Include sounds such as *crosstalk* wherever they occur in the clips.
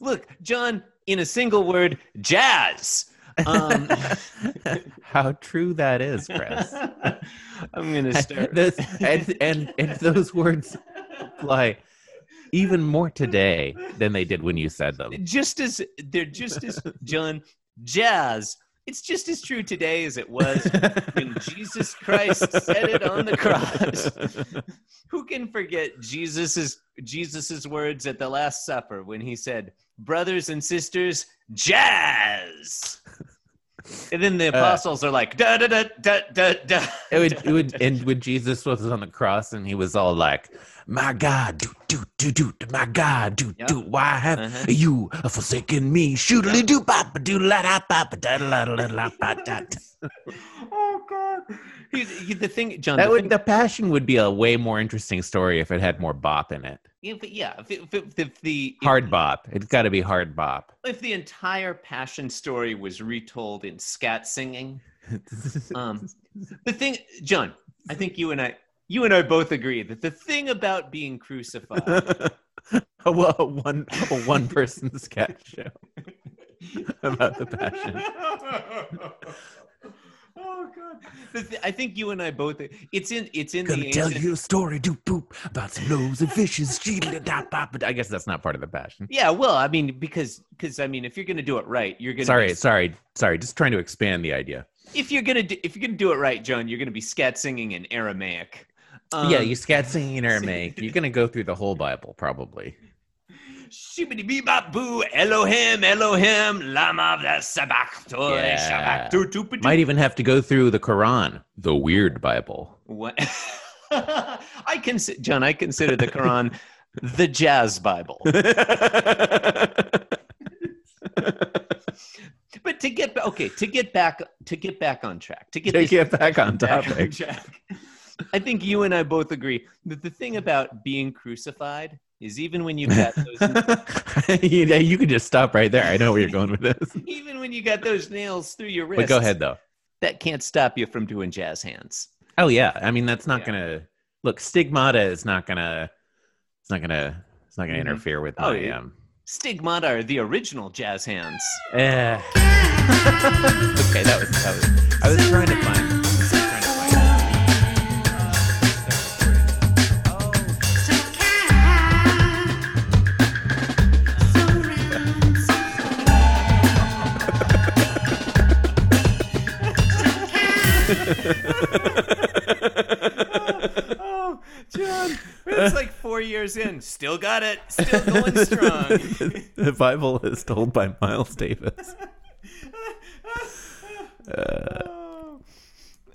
Look, John, in a single word, jazz. *laughs* Um, How true that *laughs* is, Chris. I'm *laughs* gonna start. This- and, and, and those words apply even more today than they did when you said them. just as they're just as John jazz. It's just as true today as it was *laughs* when Jesus Christ said it on the cross. Who can forget Jesus's Jesus's words at the Last Supper when he said, "Brothers and sisters, jazz." And then the apostles are like, "Da da da da da da." Uh, It would, it would, and when Jesus was on the cross and he was all like, "My God, do do do do, my God, do Yeah. do, why have Uh-huh. you forsaken me?" Shootily do papa do la da papa da la la la la pa da. oh God! He, he, the thing, John. That the would thing- the passion would be a way more interesting story if it had more bop in it. yeah, but yeah, if, if, if, if the if Hard bop. It's got to be hard bop. *laughs* if the entire passion story was retold in scat singing um, the thing john i think you and i you and i both agree that the thing about being *laughs* crucified a, wo- a one a one person sketch show about the passion. *laughs* oh god the th- i think you and i both it's in it's in the Gonna tell ancient- you a story, do poop about some loaves and fishes. cheetah, da, da, but I guess that's not part of the passion. yeah well i mean because because i mean if you're gonna do it right you're gonna Sorry, be- sorry, sorry. Just trying to expand the idea. if you're gonna do, if you're gonna do it right john you're gonna be scat singing in aramaic yeah, Um, you scat singing in Aramaic. You're gonna go through the whole Bible probably. Shibbity bebop boo, Elohim, Elohim, Lama Sabachthoi, Yeah. Shabbat, doo doo ba doo. Might even have to go through the Quran, the weird Bible. What? *laughs* I can, John, I consider the Quran the jazz *laughs* Bible. But to get, okay, to get back, to get back on track, to get to this get back on back on *laughs* topic. *laughs* track, I think you and I both agree that the thing about being crucified is even when you've got *laughs* those you, you could just stop right there. I know where you're going with this. even when you got those nails through your wrist But go ahead though. that can't stop you from doing jazz hands Oh yeah, I mean that's not Yeah. gonna look. Stigmata is not gonna. It's not gonna. It's not gonna Mhm. interfere with Oh, my. yeah. *laughs* Um, stigmata are the original jazz hands eh. okay, that was, that was. I was trying to find. trying to find Oh, *laughs* oh, John, it's like four years in. Still got it. Still *laughs* going strong. *laughs* the Bible is told by Miles Davis. Oh.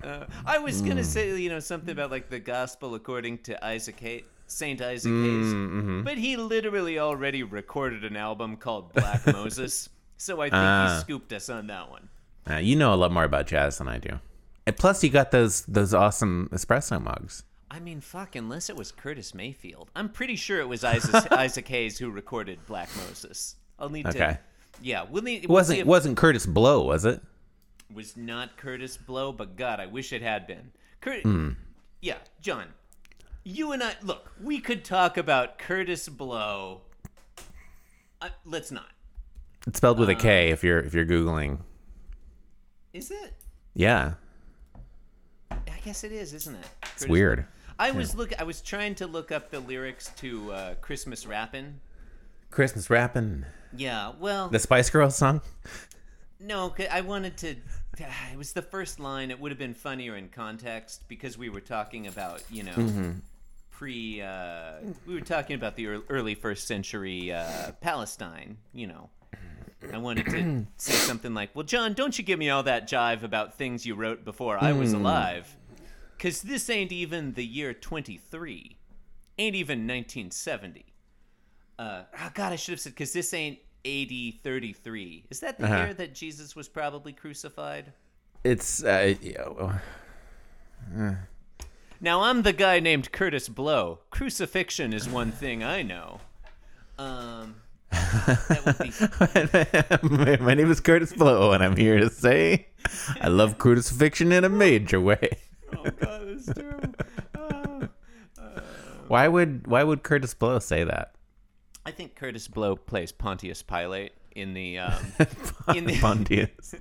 Uh, I was Hmm. gonna say, you know, something about like the gospel according to Isaac Hayes, Saint Isaac Hayes, Mm-hmm. but he literally already recorded an album called *laughs* Black Moses, so I think Ah. he scooped us on that one. Uh, you know a lot more about jazz than I do. And plus, you got those those awesome espresso mugs. I mean, fuck, unless it was Curtis Mayfield. I'm pretty sure it was *laughs* Isaac, Isaac Hayes who recorded Black Moses. I'll need Okay. to. Yeah, we'll need. It we'll see wasn't if- it wasn't Curtis Blow, was it? was not Curtis Blow, but God, I wish it had been. Cur- Hmm. Yeah, John, you and I, look, we could talk about Curtis Blow. Uh, let's not. It's spelled with a K. Uh, If you're if you're googling, Is it? yeah, I guess it is, isn't it? it's weird. I was look. I was trying to look up the lyrics to uh, "Christmas Rappin'." Christmas rapping Yeah, well, the Spice Girls song. No, 'cause I wanted to. *sighs* It was the first line. It would have been funnier in context because we were talking about, you know, pre. Uh, we were talking about the ear- early first century uh, Palestine, you know. I wanted to say something like, well, John, don't you give me all that jive about things you wrote before I was alive. Because this ain't even the year 23, ain't even 1970. Uh, oh God, I should have said because this ain't AD 33. Is that the Uh-huh. year that Jesus was probably crucified? It's uh, yeah, Now I'm the guy named Curtis Blow. Crucifixion is one thing I know. Um, that would *laughs* be my, *laughs* my name is Curtis Blow, and I'm here to say I love crucifixion in a major way. oh God, that's terrible. Ah. *laughs* Why would why would Curtis Blow say that? I think Curtis Blow plays Pontius Pilate in the um, *laughs* In the- Pontius.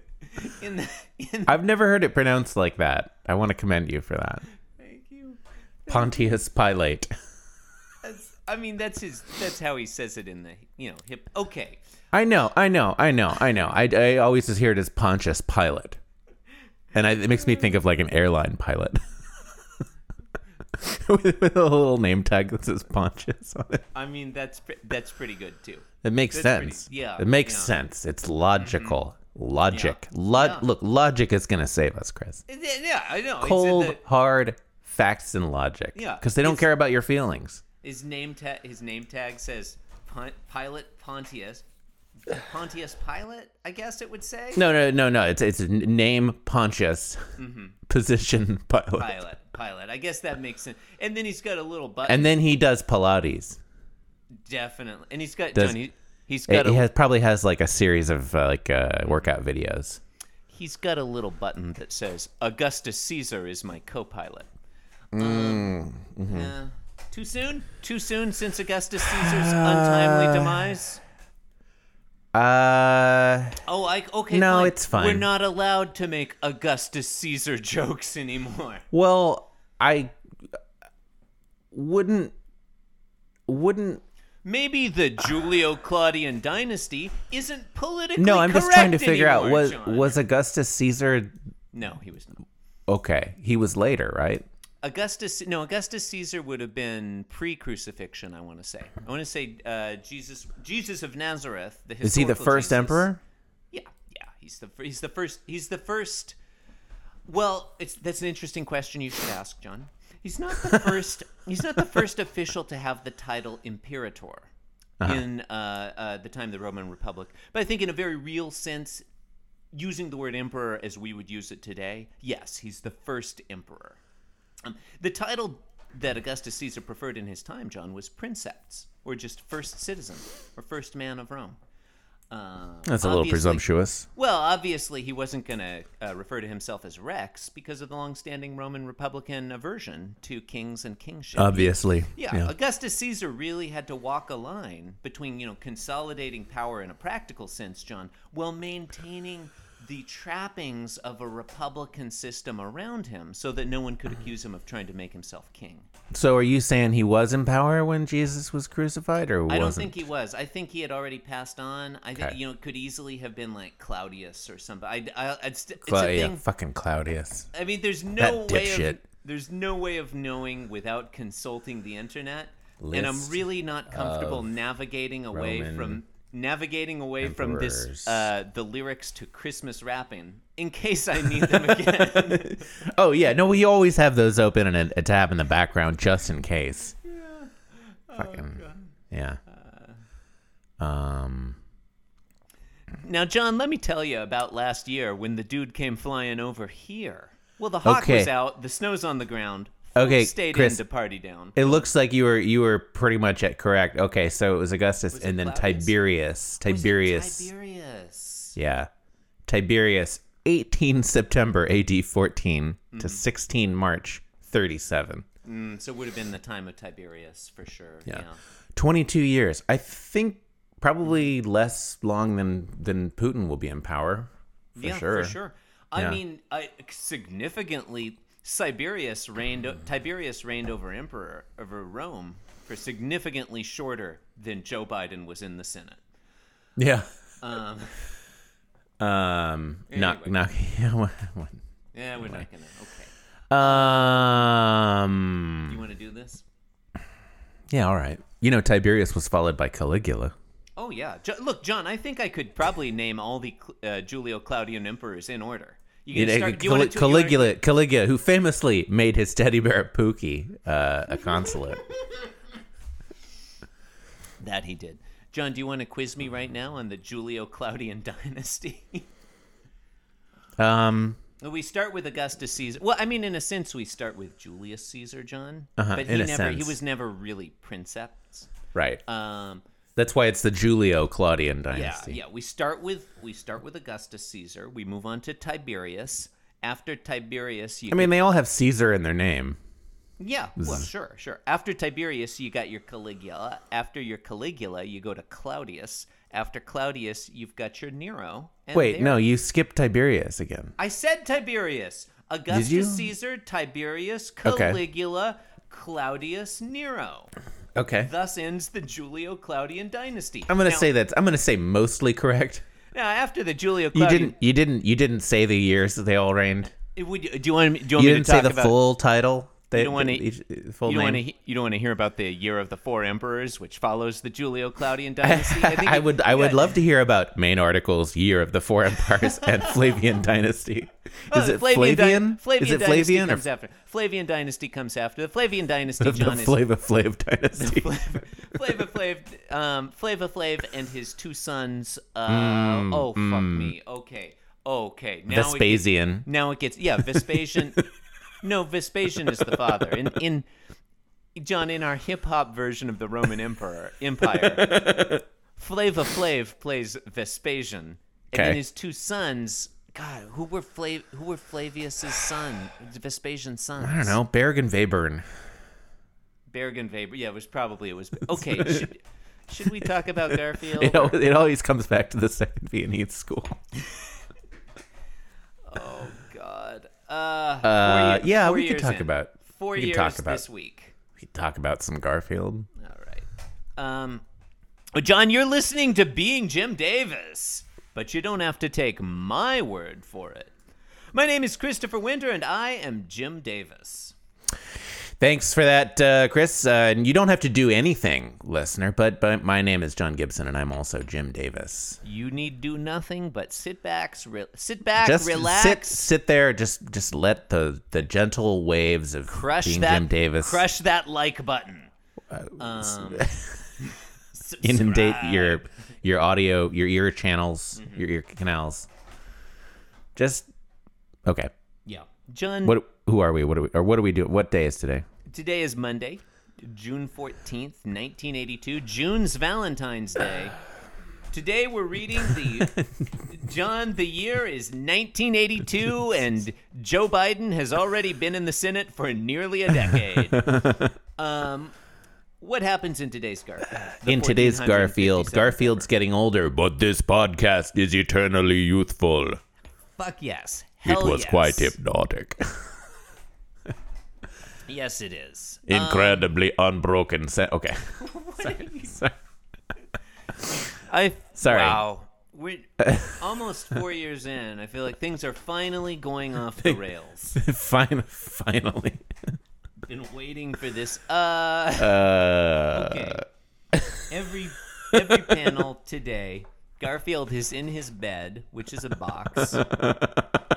in the in. I've never heard it pronounced like that. I want to commend you for that. Thank you. Pontius Pilate. That's, I mean, that's his. That's how he says it in the you know hip. Okay, I know, I know, I know, I know. I, I always just hear it as Pontius Pilate. And I, it makes me think of like an airline pilot. *laughs* with, with a little name tag that says Pontius on it. I mean that's pre- that's pretty good too. It makes That's pretty- sense. yeah, It makes yeah. Mm-hmm. sense. It's logical. Logic. Lo- Yeah. Look, logic is going to save us, Chris. And then- Yeah, I know. It's in Cold, the- hard facts and logic. Yeah, Because they don't it's- care about your feelings. his name tag. His name tag says Pon- Pilot Pontius. Pontius Pilate, I guess it would say. No, no, no, no. It's it's n- name Pontius, *laughs* position pilot. Mm-hmm. Pilot, pilot. I guess that makes sense. And then he's got a little button. and then he does Pilates. definitely. And he's got. Does- John, he, he's It, got a he has, probably has like a series of uh, like uh, workout videos. he's got a little button that says Augustus Caesar is my co-pilot. Mm, Um, mm-hmm. yeah. too soon? Too soon since Augustus Caesar's untimely demise? Uh, Oh, I okay. No, fine. it's fine. We're not allowed to make Augustus Caesar *laughs* jokes anymore. well, I wouldn't wouldn't. Maybe the Julio Claudian dynasty isn't politically No, I'm just trying to correct figure out anymore, was John. was Augustus Caesar no, he was not. okay? He was later, right? Augustus, no, Augustus Caesar would have been pre-crucifixion. I want to say. I want to say uh, Jesus, Jesus of Nazareth. The Is he the historical first Jesus. emperor? Yeah, yeah. He's the fir- he's the first. He's the first. Well, it's that's an interesting question you should ask, John. He's not *laughs* the first. he's not the first official to have the title imperator Uh-huh. in uh, uh, the time of the Roman Republic. But I think, in a very real sense, using the word emperor as we would use it today, yes, he's the first emperor. Um, the title that Augustus Caesar preferred in his time, John, was princeps, or just first citizen, or first man of Rome. Uh, That's a little obviously- presumptuous. well, obviously, he wasn't going to uh, refer to himself as Rex because of the longstanding Roman Republican aversion to kings and kingship. Obviously, yeah, uh, Augustus Caesar really had to walk a line between, you know, consolidating power in a practical sense, John, while maintaining the trappings of a republican system around him so that no one could Mm-hmm. accuse him of trying to make himself king. So, are you saying he was in power when Jesus was crucified, or I wasn't? don't think he was. I think he had already passed on. I think Okay. you know it could easily have been like Claudius or somebody. I, I, I'd st- it's Cla- a yeah, thing. fucking Claudius. I mean, there's no That way of dipshit. there's no way of knowing without consulting the internet, and I'm List really not comfortable of navigating away Roman from navigating away from this emperors. uh, the lyrics to Christmas rapping in case I need them again. *laughs* Oh yeah, no, we always have those open and a, a tab in the background just in case. Yeah. Oh, Fucking yeah. Um. now, John, let me tell you about last year when the dude came flying over here. Well, the hawk was Okay. out, the snow's on the ground. Okay, stayed Chris. in to party down. It looks like you were you were pretty much at correct. Okay, so it was Augustus it and then Claudius? Tiberius. Tiberius. Tiberius. Yeah. Tiberius, 18 September AD 14 to 16 March 37. Mm, So it would have been the time of Tiberius for sure. Yeah. yeah. 22 years. I think probably less long than than Putin will be in power. For yeah, sure. for sure. I Yeah. mean, I, significantly, Siberius reigned. Tiberius reigned over emperor over Rome for significantly shorter than Joe Biden was in the Senate. Yeah. Um, Um, knock, *laughs* knock. yeah, we're not gonna. Okay, you um, want to do this? yeah, all right. You know, Tiberius was followed by Caligula. Oh yeah. Jo- look, John, I think I could probably name all the Cl- uh, Julio Claudian emperors in order. You It- can start. uh, do you wanna Cali- do- you wanna- Caligula, Caligula, who famously made his teddy bear Pookie uh, a consulate. *laughs* That he did. John, do you want to quiz me right now on the Julio Claudian *laughs* dynasty? Um, We start with Augustus Caesar. Well, I mean, in a sense, we start with Julius Caesar, John. Uh-huh, but he in a never he sense. was never really princeps. right. Um, That's why it's the Julio Claudian yeah, dynasty. yeah. We start with we start with Augustus Caesar. We move on to Tiberius. After Tiberius, you I mean, they all have Caesar in their name. Yeah, well, sure, sure. After Tiberius, you got your Caligula. After your Caligula, you go to Claudius. After Claudius, you've got your Nero. And Wait, there- no, you skipped Tiberius again. I said Tiberius. Augustus you? Caesar, Tiberius, Okay. Caligula, Claudius, Nero. Okay. Thus ends the Julio Claudian dynasty. I'm gonna Now- say that I'm gonna say mostly correct. now after the Julio You Claudian. didn't you dn't you didn't say the years that they all reigned. It would- do you want? me- Do you want You me didn't to talk say the about? full title. They, don't wanna- each- uh, full you don't want name. to. You don't want to hear about the year of the four emperors, which follows the Julio Claudian dynasty. I, think *laughs* I it- would I would yeah. love to hear about main articles year of the *laughs* four empires and Flavian dynasty. Is it Flavian? dy- Is Uh, Flavian dynasty it Flavian or comes after. Flavian dynasty comes after. The Flavian dynasty, the John is *laughs* Flava Flav dynasty? Flava Flav, um, Flava Flav, and his two sons. Uh, oh fuck me. Okay, okay. Now it gets- Hmm, Vespasian. now it gets yeah. *laughs* Vespasian. no, Vespasian is the father. In in John, in our hip hop version of the Roman Emperor Empire, *laughs* Flava Flav plays Vespasian, and then Okay. his two sons. God, who were Flav? Who were Flavius's son? Vespasian's sons? I don't know. Berg and Webern. Bergen Weber. Yeah, it was probably it was. Okay, *laughs* should, should we talk about Garfield? It, al- it always comes back to the *laughs* second Viennese school. Oh God. Uh, Uh, four ye- yeah, four we could years talk in. about four we could years talk about- this week. we could talk about some Garfield. All right. Um, well, John, you're listening to Being Jim Davis, but you don't have to take my word for it. My name is Christopher Winter, and I am Jim Davis. Thanks for that, uh, Chris. Uh, and you don't have to do anything, listener. But but my name is John Gibson, and I'm also Jim Davis. You need do nothing but sit back, re- sit back, just relax, sit sit there. Just just let the the gentle waves of crush being that Jim Davis Uh, crush that like button. *laughs* Um, *laughs* inundate your your audio, your ear channels, Mm-hmm. your ear canals. Just okay. Yeah. John, What? Who are we? What are we? Or what do we do? What day is today? today is Monday, June 14th, 1982, June's Valentine's Day. Today we're reading the John the year is 1982 and Joe Biden has already been in the Senate for nearly a decade. um what happens in today's Garfield? The In today's 1457 Garfield, Garfield's getting older, but this podcast is eternally youthful. Fuck yes. Hell yes. hypnotic. *laughs* Yes, it is. Incredibly unbroken. Se- okay. *laughs* I Sorry. Wow, *laughs* we're almost four years in. I feel like things are finally going off the rails. Fine, finally. Been waiting for this. Uh, Uh, okay. Every every panel today, Garfield is in his bed, which is a *laughs* box,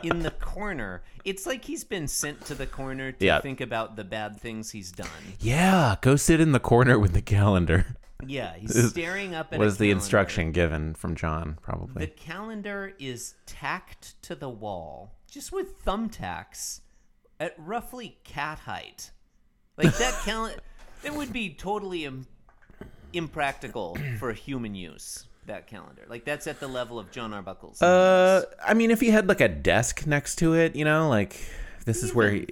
in the corner. It's like he's been sent to the corner to Yeah. think about the bad things he's done. Yeah, go sit in the corner with the calendar. Yeah, he's staring up at. Was a the calendar. instruction given from John, The probably. calendar is tacked to the wall, just with thumbtacks, at roughly cat height. Like *laughs* that calendar, that would be totally Im- impractical for human use. That calendar, like that's at the level of John Arbuckle's. Uh, I mean, if he had like a desk next to it, you know, like this is where he.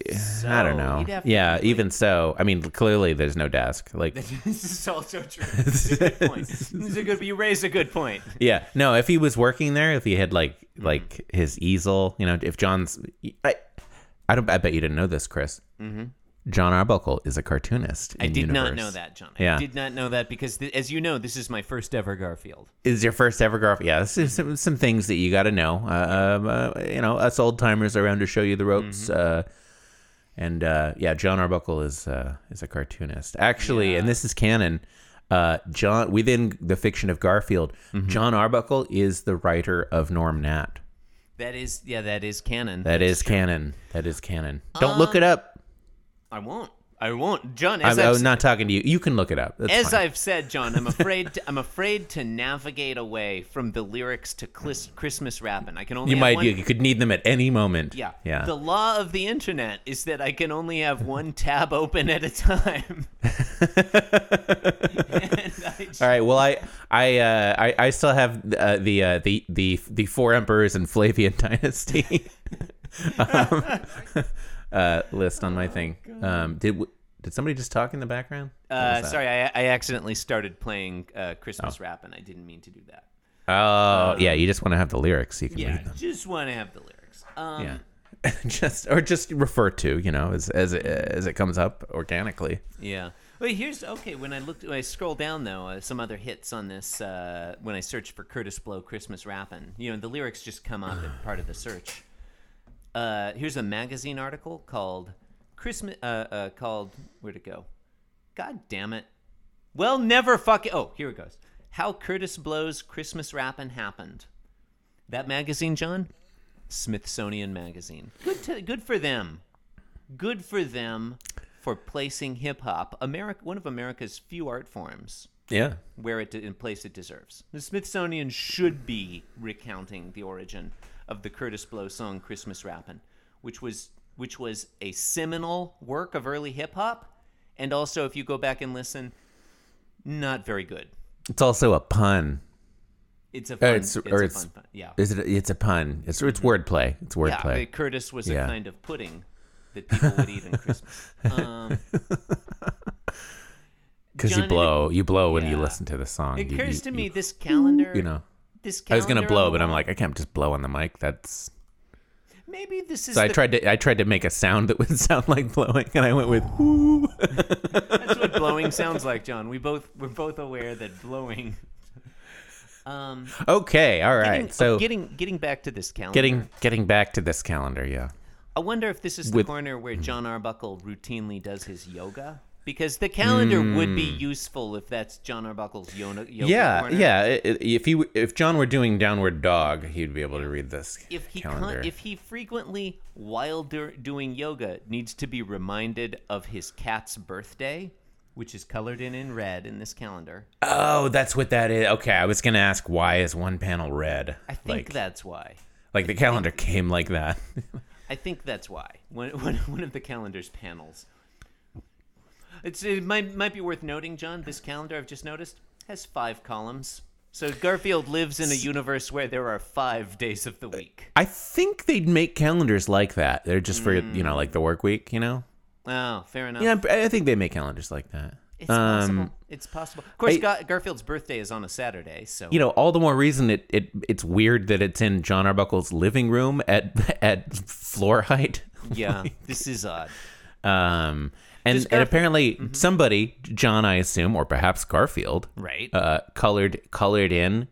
I don't so, know. he'd have to Yeah, be, like- even so. I mean, clearly there's no desk. Like, *laughs* this is also true. This is a good point. This is a good. You raise a good point. Yeah, no. If he was working there, if he had like Mm-hmm. like his easel, you know, if John's, I, I don't. I bet you didn't know this, Chris. Mm-hmm. John Arbuckle is a cartoonist. I did not know that, John. I Yeah. did not know that because, th- as you know, this is my first ever Garfield. Is your first ever graph? Yeah, this Mm-hmm. is some, some things that you got to know. Uh, um, uh, you know, us old timers around to show you the ropes. Mm-hmm. Uh, and uh, yeah, John Arbuckle is uh, is a cartoonist. Actually, and this is canon. Uh, John within the fiction of Garfield, Mm-hmm. John Arbuckle is the writer of Norm Nat. That is, yeah, that is canon. That is canon. That is canon. Don't look it up. I won't. I won't, John. I'm, Um, As I've I'm not talking to you. You can look it up. That's As fine. I've said, John, I'm afraid to, I'm afraid to navigate away from the lyrics to Clis- Christmas rapping. I can only you have might. one, You, you could need them at any moment. yeah Yeah. The law of the internet is that I can only have one tab open at a time. *laughs* and I just- All right. Well, I I uh, I, I still have uh, the uh, the the the four emperors and Flavian *laughs* Oh, dynasty um, uh, list on my thing. Um, did w- Did somebody just talk in the background? What was Uh, that? sorry, I, I accidentally started playing uh, Christmas rap, and I didn't mean to do that. Oh, yeah. You just want to have the lyrics. so You can Uh, Yeah, read them. I just want to have the lyrics. Um, Yeah. *laughs* just or just refer to you know as as it, as it comes up organically. Yeah. Wait, here's okay. When I looked, when I scroll down though, uh, some other hits on this. Uh, when I search for Curtis Blow Christmas Rappin', you know, the lyrics just come up as part of the search. Uh, here's a magazine article called Christmas. Uh, uh, called where'd it go? God damn it! Well, never fucking. Oh, here it goes. How Curtis Blow's Christmas Rappin' happened. That magazine, John. Smithsonian Magazine. Good, to, good for them good for them for placing hip hop, America, one of America's few art forms, Yeah. where it in place it deserves. The Smithsonian should be recounting the origin of the Curtis Blow song "Christmas Rappin'," which was which was a seminal work of early hip hop, and also if you go back and listen, not very good. It's also a pun. It's a fun, it's- it's, or a it's- fun, fun, yeah. Is it? It's a pun. It's it's wordplay. It's Mm-hmm. Yeah, wordplay. but Curtis was Yeah. a kind of pudding that people would eat on Christmas. Um, Because John, you it- blow, you blow when you yeah. listen to the song. It *laughs* You- occurs you- to you- me this calendar. you know. this I was gonna calendar blow, on the but I'm wall- like, I can't just blow on the mic. That's maybe this is. so. I the- tried to, I tried to make a sound that would *laughs* sound like blowing, and I went with whoo. That's what *laughs* blowing sounds like, John. We both we're both aware that blowing. Um, Okay, all right. getting, so getting, getting getting back to this calendar, getting back to this calendar, yeah. I wonder if this is the with- corner where John Arbuckle routinely does his yoga. Because the calendar would be useful if that's John Arbuckle's yoga. yoga Hmm. Yeah, corner. yeah. i- i- If he, w- if John were doing Downward Dog, he'd be able to read this If he calendar. con- if he frequently while dur- doing yoga needs to be reminded of his cat's birthday, which is colored in in red in this calendar, oh, that's what that is. Okay, I was gonna ask why is one panel red? I think like, that's why. like the calendar came like that. *laughs* I think that's why. One, *laughs* one, one of the calendar's panels. It's, it might, might be worth noting, John, this calendar I've just noticed has five columns. So Garfield lives in a universe where there are five days of the week. I think they'd make calendars like that. They're just for you know, like the work week. You know. Oh, fair enough. Yeah, I I think they make calendars like that. It's possible. It's possible. Of course, Ga- Garfield's birthday is on a Saturday, so you know, all the more reason it, it it's weird that it's in John Arbuckle's living room at *laughs* at floor height. *laughs* yeah, this is odd. Um, and Does Mm-hmm. and Garf- apparently somebody, John, I assume, or perhaps Garfield, Right. Mm-hmm. uh, colored colored in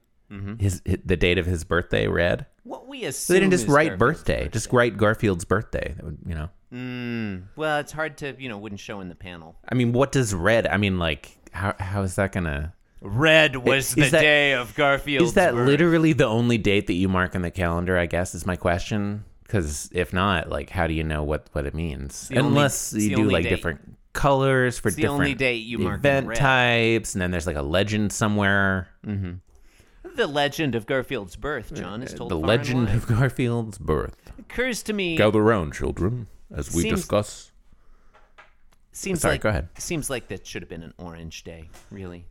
his, hi- the date of his birthday red. what we assume So they didn't just is write Garfield's birthday, just write Garfield's birthday. That would, you know, Well, it's hard to you know wouldn't show in the panel. I mean, what does red? I mean, like, how how is that gonna? Red was the the day of Garfield's. Is that literally the only date that you mark on the calendar? I guess is my question. Because if not, like, how do you know what what it means? only- Unless it's the you do only like date. different colors for the only different date you mark in event red. types, and then there's like a legend somewhere. The legend of Garfield's birth, John, is told Uh, the far and legend wide. of Garfield's birth. occurs to me Gather round, children, as we Seems- discuss. seems sorry, like go ahead. seems like that should have been an orange day, really.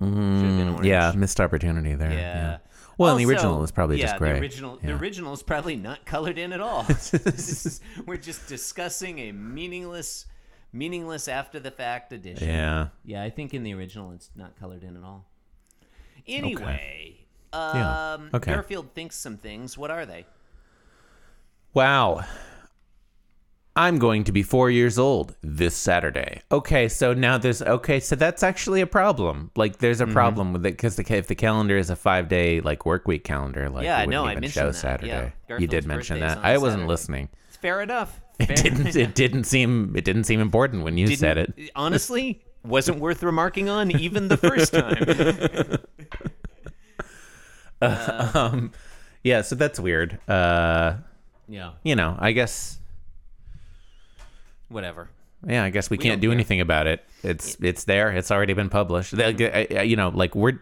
Should have been orange. Mm, Yeah, missed opportunity there. Yeah. Yeah. Well, and the Also- original is probably yeah, just gray. The original, the Yeah. original is probably not colored in at *laughs* all. *laughs* This is- we're just discussing a meaningless, meaningless after the fact addition. Yeah. Yeah, I think in the original it's not colored in at all. Anyway, Okay. Yeah, um, okay. Garfield thinks some things. What are they? Wow. I'm going to be four years old this Saturday. Okay, so now there's okay, so that's actually a problem. Like, there's a Mm-hmm. problem with it because the, ca- if the calendar is a five day like work week calendar, like Yeah, it wouldn't no, I even mentioned show that. Saturday. Yeah. You Garfield's did mention birthday is that. on I wasn't Saturday. listening. Fair enough. *laughs* Fair. *laughs* It didn't it didn't seem it didn't seem important when you *laughs* said it. Honestly, wasn't worth remarking on even the *laughs* first time. Um, yeah, so that's weird. Uh, yeah, you know, I guess whatever. Yeah, I guess we, can't don't do care. anything about it. It's it's there. It's already been published. They'll get- I- I- you know, like we're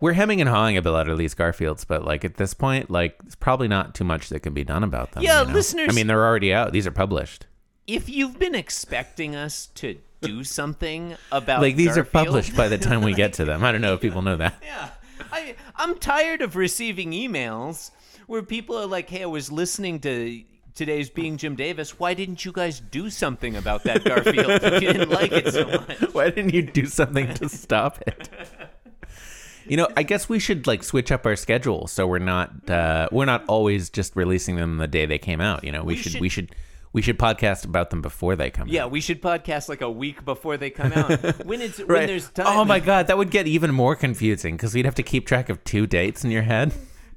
we're hemming and hawing about these Garfields, but like at this point, like it's probably not too much that can be done about them. Yeah, you know? listeners- I mean, they're already out. These are published. If you've been expecting us to do something about Like these are Garfield- published by the time we get to them. I don't know if people know that. *laughs* Yeah. I I'm tired of receiving emails where people are like, "Hey, I was listening to today's Being Jim Davis, why didn't you guys do something about that Garfield if *laughs* you didn't like it so much? Why didn't you do something to stop it? You know, I guess we should like switch up our schedule so we're not uh, we're not always just releasing them the day they came out. You know, we, We should, should- we should we should podcast about them before they come Yeah, out. we should podcast like a week before they come out. When it's when there's time. oh my god, that would get even more confusing because we'd have to keep track of two dates in your head. *laughs*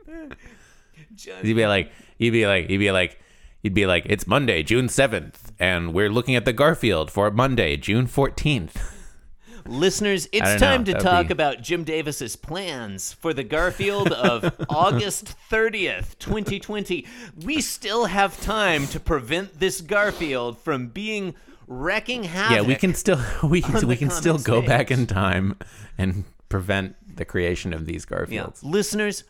Just- You'd be like, you'd be like, you'd be like, you'd be like, it's Monday, June seventh, and we're looking at the Garfield for Monday, June fourteenth. Listeners, I it's don't know, time to that'd talk be- about Jim Davis's plans for the Garfield *laughs* of August 30th, 2020. We still have time to prevent this Garfield from being wrecking havoc. Yeah, we can still *laughs* we On we the can still comics go page. back in time and prevent the creation of these Yeah. Garfields. Listeners,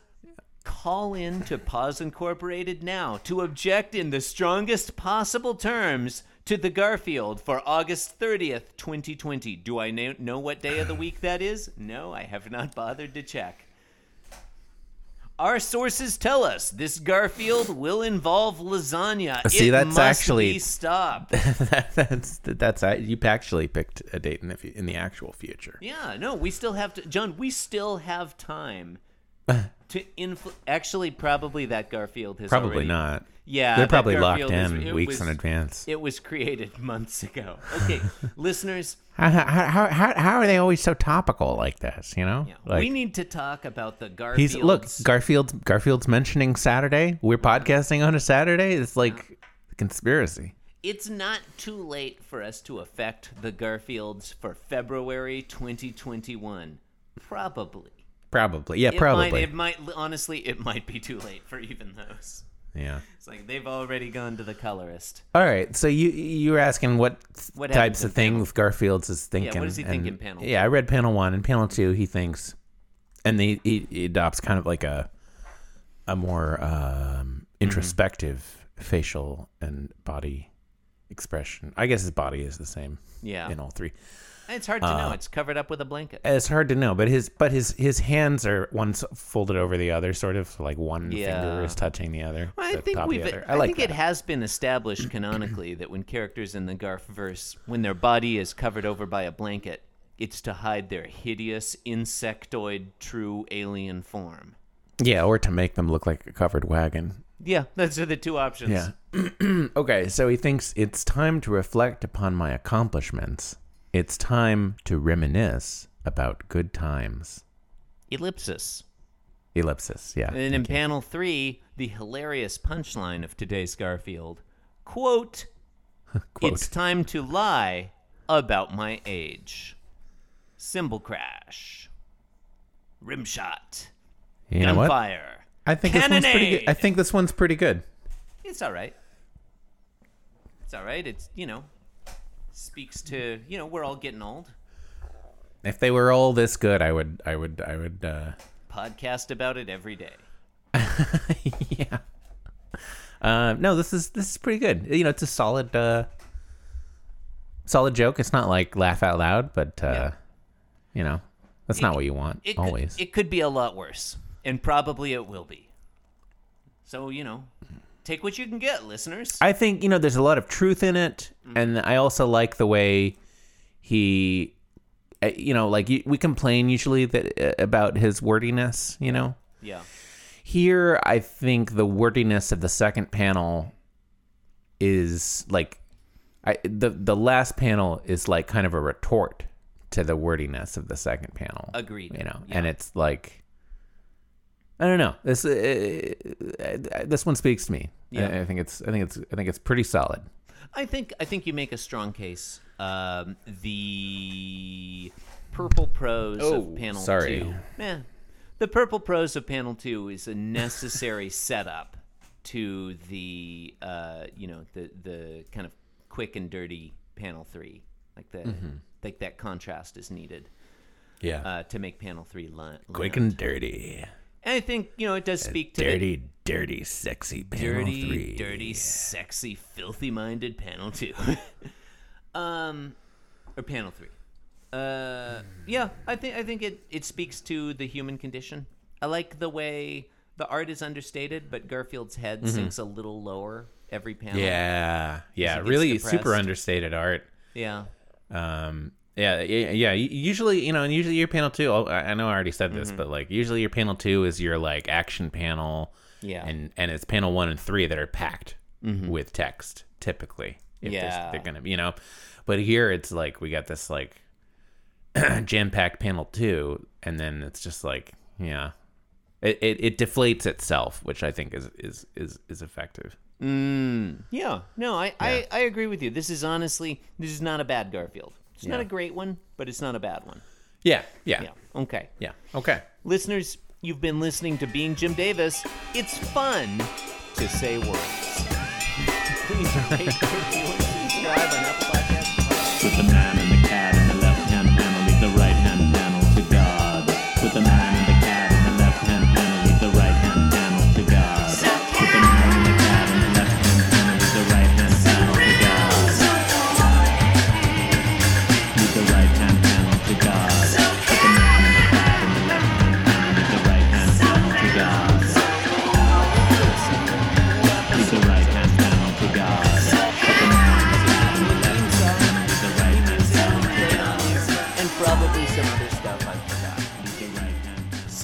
call in to Pause Incorporated now to object in the strongest possible terms to the Garfield for August 30th, 2020. Do I na- know what day of the week that is? No, I have not bothered to check. Our sources tell us this Garfield will involve lasagna. Uh, See, it that's must actually- be *laughs* stopped. that's that's you actually picked a date in the fu- in the actual future. Yeah, no, we still have to, John. We still have *laughs* time to influ- Actually, probably that Garfield has Probably already- not. Yeah, They're that probably locked Garfield is- in it weeks was- in advance. It was created *laughs* months ago. *laughs* Okay, listeners, How, how, how, how are they always so topical like this? You know, yeah, like we need to talk about the Garfield. he's look Garfield's Garfield's mentioning Saturday. We're podcasting on a Saturday. It's like conspiracy. It's not too late for us to affect the Garfields for February 2021. Probably. Probably, yeah, It Might, probably, it might. Honestly, it might be too late for even those. yeah. It's like they've already gone to the colorist. All right, so you you were asking what, What happens types in of things Garfield's is thinking. what does he think and, in panel Yeah, I read panel one and panel two. He thinks, and he, he, he adopts kind of like a a more um, Mm-hmm. introspective facial and body expression. I guess his body is the same Yeah. in all three. It's hard to uh, know. It's covered up with a blanket. It's hard to know, but his but his his hands are one's folded over the other, sort of like one Yeah. finger is touching the other. I the think top of we've. e, The other. I, like think that. it has been *clears throat* established canonically that when characters in the Garfverse, when their body is covered over by a blanket, it's to hide their hideous insectoid, true alien form. yeah, or to make them look like a covered wagon. Yeah, those are the two options. Yeah. *clears throat* okay, so he thinks it's time to reflect upon my accomplishments. It's time to reminisce about good times. Ellipsis. Ellipsis, yeah. And in panel three, the hilarious punchline of today's Garfield quote, *laughs* Quote. Eh, It's time to lie about my age. Symbol crash. Rim shot. you know what? Gunfire. I think this one's pretty good. Cannonade! I think this one's pretty good. It's all right. It's all right. It's, you know, speaks to, you know, we're all getting old. If they were all this good, I would I would I would uh Podcast about it every day. *laughs* yeah. Uh, no, this is this is pretty good. You know, it's a solid uh solid joke. It's not like laugh out loud, but uh Yeah. you know, that's not what you want It always. Could, it could be a lot worse, and probably it will be. So, you know, take what you can get, listeners. I think you know there's a lot of truth in it, and I also like the way he, uh, you know, like you, we complain usually that uh, about his wordiness. You know, yeah. here I think the wordiness of the second panel is like, I the the last panel is like kind of a retort to the wordiness of the second panel. Agreed. You know, and it's like. I don't know. This uh, uh, this one speaks to me. Yeah. I, I think it's I think it's I think it's pretty solid. I think I think you make a strong case. Um, the purple prose Oh, of panel sorry. two. Eh, the purple prose of panel two is a *laughs* necessary setup to the uh, you know the the kind of quick and dirty panel three. Like the Mm-hmm. like that contrast is needed Yeah. uh, to make panel three line. Quick and dirty. and I think you know it does speak to the Dirty, dirty, sexy panel dirty, three. dirty, sexy, filthy-minded panel two, *laughs* um, or panel three. Uh, yeah, I think I think it it speaks to the human condition. I like the way the art is understated, but Garfield's head sinks a little lower every panel. Mm-hmm. Yeah, yeah, gets really depressed. super understated art. Yeah. Um, yeah, yeah, yeah. u- Usually, you know, and usually your panel two. oh, I I know I already said this, but like usually your panel two is your like action panel, Yeah. and and it's panel one and three that are packed with text typically. If there's- Yeah. they're gonna, be- you know, but here it's like we got this like *clears throat* jam packed panel two, and then it's just like yeah. It, it, it deflates itself, which I think is is is, is effective. Yeah. No, I, I, I agree with you. This is honestly, this is not a bad Garfield. It's not Yeah. a great one, but it's not a bad one. Yeah, yeah, Yeah. Okay. yeah. Okay. Listeners, you've been listening to Being Jim Davis. It's fun to say words. Please rate, review, and subscribe on Apple Podcasts. Put the man and the cat in the left hand panel, leave the right hand panel to God. Put the man and the cat in the left hand panel, leave the right hand panel to God. Put the man and the cat in the left hand panel, leave the right hand panel to God. Leave the right hand panel to God. Put the man and the cat in the left hand panel, leave the right hand panel to God. Leave the right hand panel to God. Put the man and the cat in the left hand panel, leave the right hand panel to God. And probably some other stuff I forgot. Leave the right hand panel. Smash